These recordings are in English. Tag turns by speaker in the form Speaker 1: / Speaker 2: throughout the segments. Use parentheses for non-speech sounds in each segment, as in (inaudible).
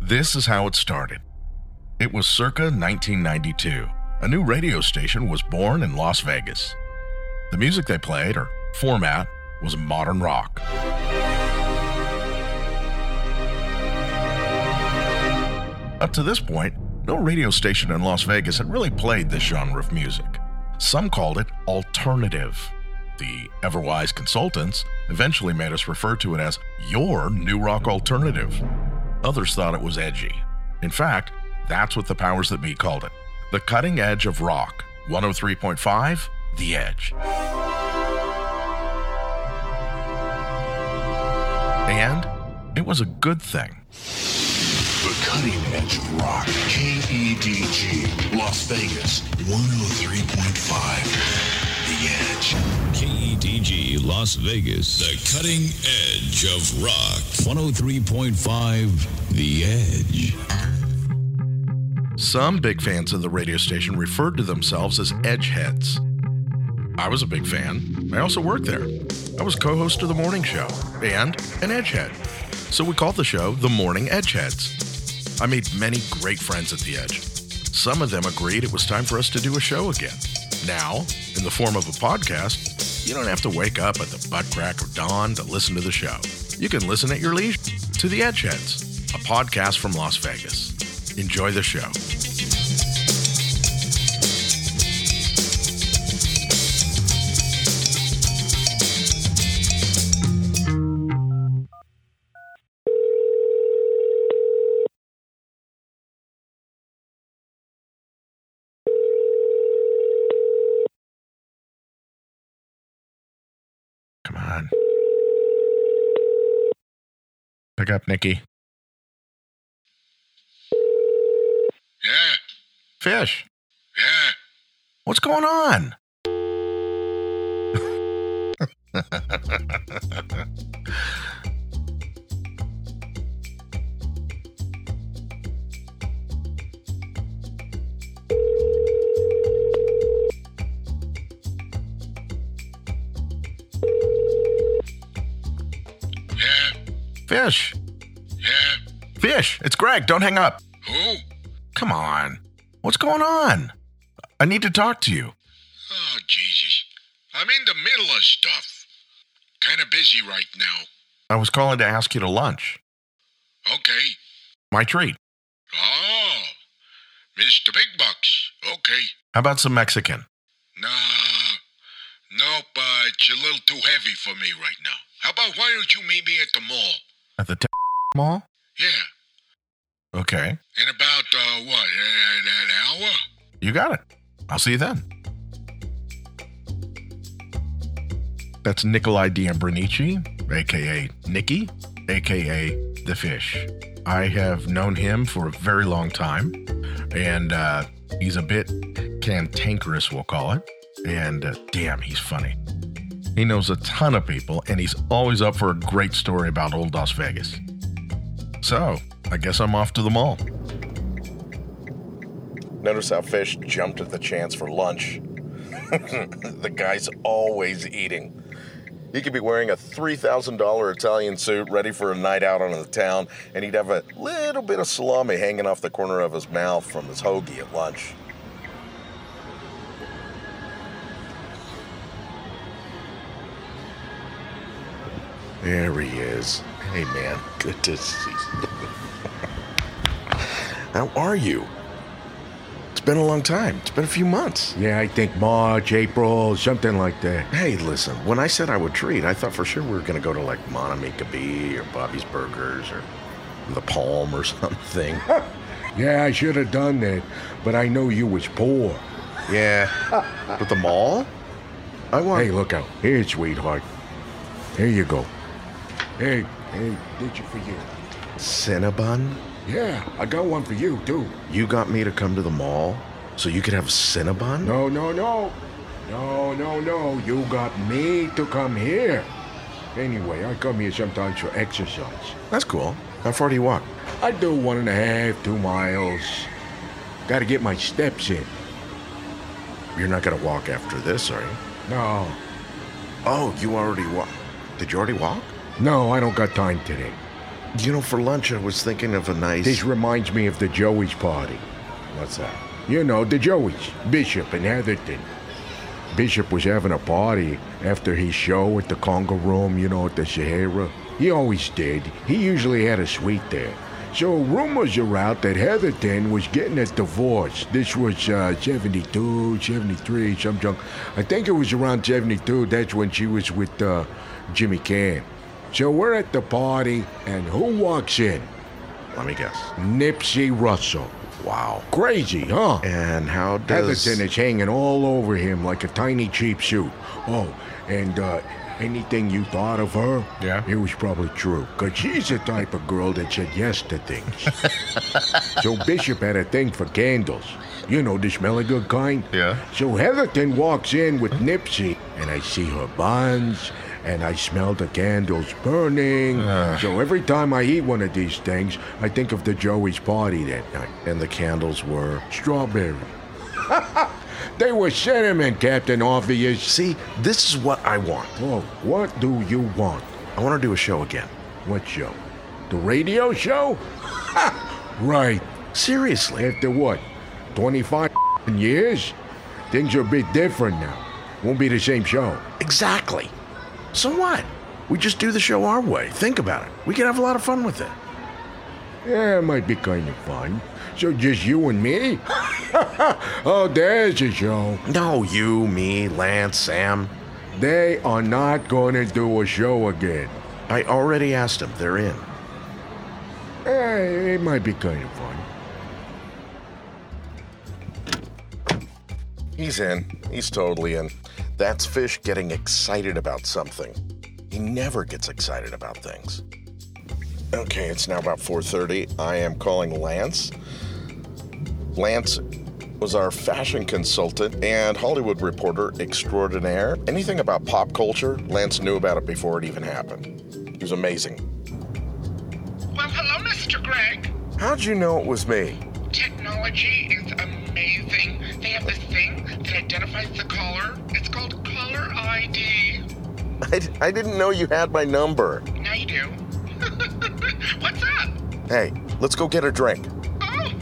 Speaker 1: This is how it started. It was circa 1992. A new radio station was born in Las Vegas. The music they played, or format, was modern rock. Up to this point, no radio station in Las Vegas had really played this genre of music. Some called it alternative. The Everwise consultants eventually made us refer to it as your new rock alternative. Others thought it was edgy. In fact, that's what the powers that be called it the cutting edge of rock. 103.5, The Edge. And it was a good thing.
Speaker 2: The cutting edge of rock. KEDG, Las Vegas, 103.5. The Edge.
Speaker 3: KEDG E Las Vegas, oh the cutting edge of rock. 103.5 The Edge.
Speaker 1: Some big fans of the radio station referred to themselves as edgeheads. I was a big fan. I also worked there. I was co host of the morning show and an edgehead. So we called the show The Morning Edgeheads. I made many great friends at The Edge. Some of them agreed it was time for us to do a show again. Now, in the form of a podcast, you don't have to wake up at the butt crack of dawn to listen to the show. You can listen at your leisure to The Edgeheads, a podcast from Las Vegas. Enjoy the show. Come on. Pick up, Nikki.
Speaker 2: Yeah,
Speaker 1: Fish,
Speaker 2: yeah.
Speaker 1: what's going on?
Speaker 2: Yeah,
Speaker 1: Fish,
Speaker 2: yeah.
Speaker 1: fish, it's Greg. Don't hang up.
Speaker 2: Who?
Speaker 1: Come on. What's going on? I need to talk to you.
Speaker 2: Oh, Jesus. I'm in the middle of stuff. Kind of busy right now.
Speaker 1: I was calling to ask you to lunch.
Speaker 2: Okay.
Speaker 1: My treat.
Speaker 2: Oh, Mr. Big Bucks. Okay.
Speaker 1: How about some Mexican?
Speaker 2: Nah, nope, uh, it's a little too heavy for me right now. How about why don't you meet me at the mall?
Speaker 1: At the t- mall?
Speaker 2: Yeah,
Speaker 1: Okay.
Speaker 2: in about, uh, what, an, an hour?
Speaker 1: You got it. I'll see you then. That's Nikolai D'Ambrinici, aka Nikki, aka The Fish. I have known him for a very long time, and uh, he's a bit cantankerous, we'll call it. And uh, damn, he's funny. He knows a ton of people, and he's always up for a great story about old Las Vegas. So, I guess I'm off to the mall. Notice how fish jumped at the chance for lunch. (laughs) the guy's always eating. He could be wearing a $3,000 Italian suit ready for a night out on the town, and he'd have a little bit of salami hanging off the corner of his mouth from his hoagie at lunch. There he is. Hey, man. Good to see you. (laughs) How are you? It's been a long time. It's been a few months.
Speaker 4: Yeah, I think March, April, something like that.
Speaker 1: Hey, listen, when I said I would treat, I thought for sure we were going to go to like Monomica Bee or Bobby's Burgers or the Palm or (laughs) something.
Speaker 4: Yeah, I should have done that, but I know you was poor.
Speaker 1: yeah. But the mall? I want.
Speaker 4: Hey, look out. Here, sweetheart. Here you go. Hey, hey, did you for you?
Speaker 1: Cinnabon?
Speaker 4: Yeah, I got one for you, too.
Speaker 1: You got me to come to the mall so you could have Cinnabon?
Speaker 4: No, no, no. No, no, no. You got me to come here. Anyway, I come here sometimes for exercise.
Speaker 1: That's cool. How far do you walk?
Speaker 4: I do one and a half, two miles. Gotta get my steps in.
Speaker 1: You're not going to walk after this, are you?
Speaker 4: No,
Speaker 1: Oh, you already walk. Did you already walk?
Speaker 4: no, I don't got time today.
Speaker 1: You know, for lunch, I was thinking of a nice.
Speaker 4: This reminds me of the Joey's party.
Speaker 1: What's that?
Speaker 4: You know, the Joey's, Bishop and Atherton. Bishop was having a party after his show at the Conga Room, you know, at the Sahara. He always did. He usually had a suite there. So rumors are out that Heatherton was getting a divorce. This was uh, 72, 73, some junk. I think it was around 72. That's when she was with uh, Jimmy Cam. So we're at the party, and who walks in?
Speaker 1: Let me guess.
Speaker 4: Nipsey Russell.
Speaker 1: Wow.
Speaker 4: Crazy, huh?
Speaker 1: And how does.
Speaker 4: Heatherton is hanging all over him like a tiny cheap suit. Oh, and uh, anything you thought of her,
Speaker 5: Yeah.
Speaker 4: it was probably true. Because she's the type of girl that said yes to things. so Bishop had a thing for candles. You know, the smelly good kind.
Speaker 5: Yeah.
Speaker 4: So Heatherton walks in with Nipsey, and I see her buns, and I smell the candles burning. So every time I eat one of these things, I think of the Joey's party that night.
Speaker 1: And the candles were.
Speaker 4: Strawberry. (laughs) they were cinnamon, Captain Obvious.
Speaker 1: See, this is what I want.
Speaker 4: Oh, what do you want?
Speaker 1: I want to do a show again.
Speaker 4: What show? The radio show? (laughs) right.
Speaker 1: Seriously.
Speaker 4: After what? 25 years? Things are a bit different now. Won't be the same show.
Speaker 1: Exactly. So what? We just do the show our way. Think about it. We can have a lot of fun with it.
Speaker 4: Yeah, it might be kind of fun. So just you and me? (laughs) oh, there's a show.
Speaker 1: No, you, me, Lance, Sam.
Speaker 4: They are not going to do a show again.
Speaker 1: I already asked them. They're in.
Speaker 4: Eh, it might be kind of fun.
Speaker 1: He's in. He's totally in. That's Fish getting excited about something. He never gets excited about things. Okay, it's now about 4:30. I am calling Lance. Lance was our fashion consultant and Hollywood reporter extraordinaire. Anything about pop culture, Lance knew about it before it even happened. He was amazing.
Speaker 6: Well, hello, Mr. Gregg.
Speaker 1: How'd you know it was me? (laughs)
Speaker 6: Technology is amazing. They have this thing that identifies the caller. It's called caller ID.
Speaker 1: I, I didn't know you had my number.
Speaker 6: Now you do. (laughs) What's up?
Speaker 1: Hey, let's go get a drink.
Speaker 6: Oh,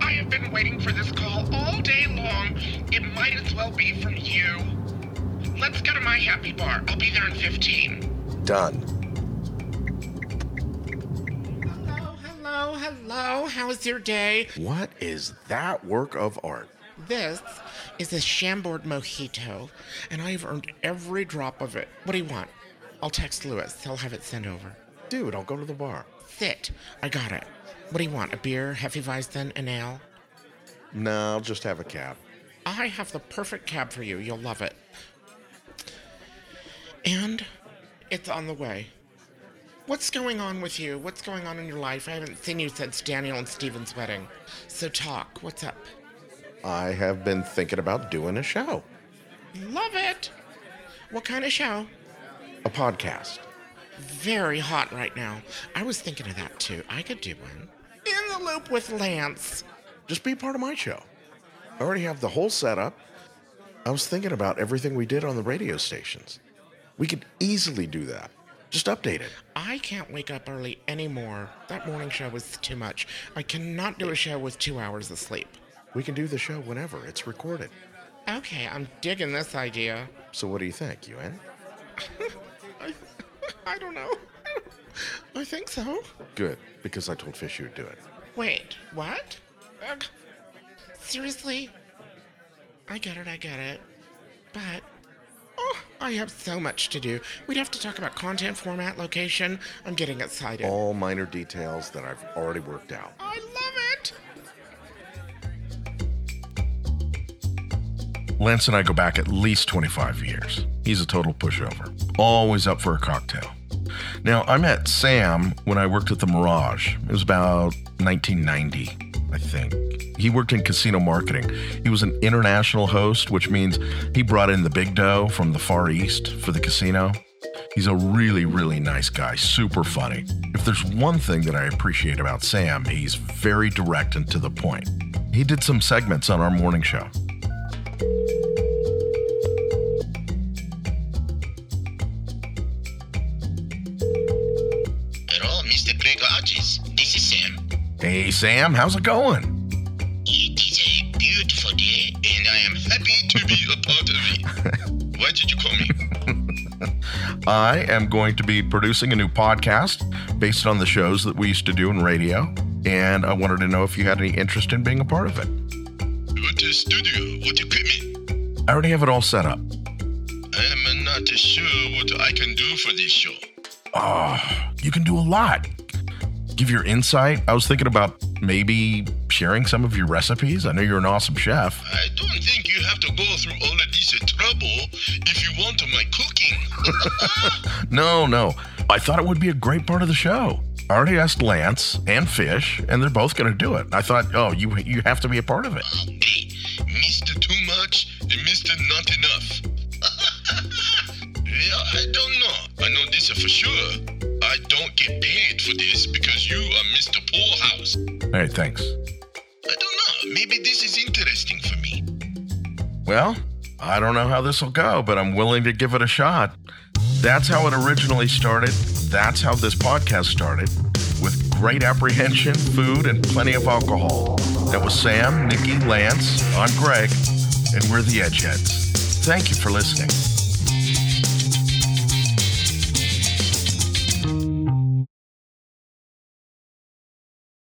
Speaker 6: I have been waiting for this call all day long. It might as well be from you. Let's go to my happy bar. I'll be there in 15.
Speaker 1: Done.
Speaker 6: Hello, hello, hello. How's your day?
Speaker 1: What is that work of art?
Speaker 6: This is a Chambord mojito, and I have earned every drop of it. What do you want? I'll text Lewis. He'll have it sent over.
Speaker 1: Dude, I'll go to the bar.
Speaker 6: Sit. I got it. What do you want? A beer, heavy Weizen, an ale?
Speaker 1: No, I'll just have a cab.
Speaker 6: I have the perfect cab for you. You'll love it. And it's on the way. What's going on with you? What's going on in your life? I haven't seen you since Daniel and Steven's wedding. So talk. What's up?
Speaker 1: I have been thinking about doing a show,
Speaker 6: Love it. What kind of show?
Speaker 1: a podcast.
Speaker 6: very hot right now. I was thinking of that too. I could do one. In the loop with Lance.
Speaker 1: Just be part of my show. I already have the whole setup. I was thinking about everything we did on the radio stations. We could easily do that. Just update it.
Speaker 6: I can't wake up early anymore. That morning show was too much. I cannot do a show with two hours of sleep.
Speaker 1: We can do the show whenever it's recorded.
Speaker 6: Okay, I'm digging this idea. (laughs)
Speaker 1: So, what do you think, you in?
Speaker 6: I, I don't know. I think so.
Speaker 1: Good, because I told Fish you'd do it.
Speaker 6: Wait, what? Ugh. Seriously? I get it, I get it. But, oh, I have so much to do. We'd have to talk about content, format, location. I'm getting excited.
Speaker 1: All minor details that I've already worked out.
Speaker 6: I love it!
Speaker 5: Lance and I go back at least 25 years. He's a total pushover, always up for a cocktail. Now, I met Sam when I worked at the Mirage. It was about 1990, I think. He worked in casino marketing. He was an international host, which means he brought in the big dough from the Far East for the casino. He's a really, really nice guy, super funny. If there's one thing that I appreciate about Sam, he's very direct and to the point. He did some segments on our morning show.
Speaker 2: Pero, Mr. Gregor,
Speaker 1: Hey, Sam, how's it going?
Speaker 2: It is a beautiful day, and I am happy to be a part of it. Why did you call me?
Speaker 1: I am going to be producing a new podcast based on the shows that we used to do in radio, and I wanted to know if you had any interest in being a part of it.
Speaker 2: What a studio? What equipment?
Speaker 1: I already have it all set up.
Speaker 2: I am not sure what I can do for this show.
Speaker 1: Oh, you can do a lot. Give your insight. I was thinking about maybe sharing some of your recipes. I know you're an awesome chef.
Speaker 2: I don't think you have to go through all of this trouble if you want my cooking.
Speaker 1: No, no. I thought it would be a great part of the show. I already asked Lance and Fish, and they're both going to do it. I thought, oh, you you have to be a part of it.
Speaker 2: hey, Mr. Too Much and Mr. Not Enough. (laughs) yeah, I don't know. I know this for sure. I don't get paid for this because you are Mr. Poorhouse.
Speaker 1: All right, thanks.
Speaker 2: I don't know. Maybe this is interesting for me.
Speaker 1: Well, I don't know how this will go, but I'm willing to give it a shot. That's how it originally started. That's how this podcast started with great apprehension, food, and plenty of alcohol. That was Sam, Nikki, Lance, I'm Greg, and we're the Edgeheads. Thank you for listening.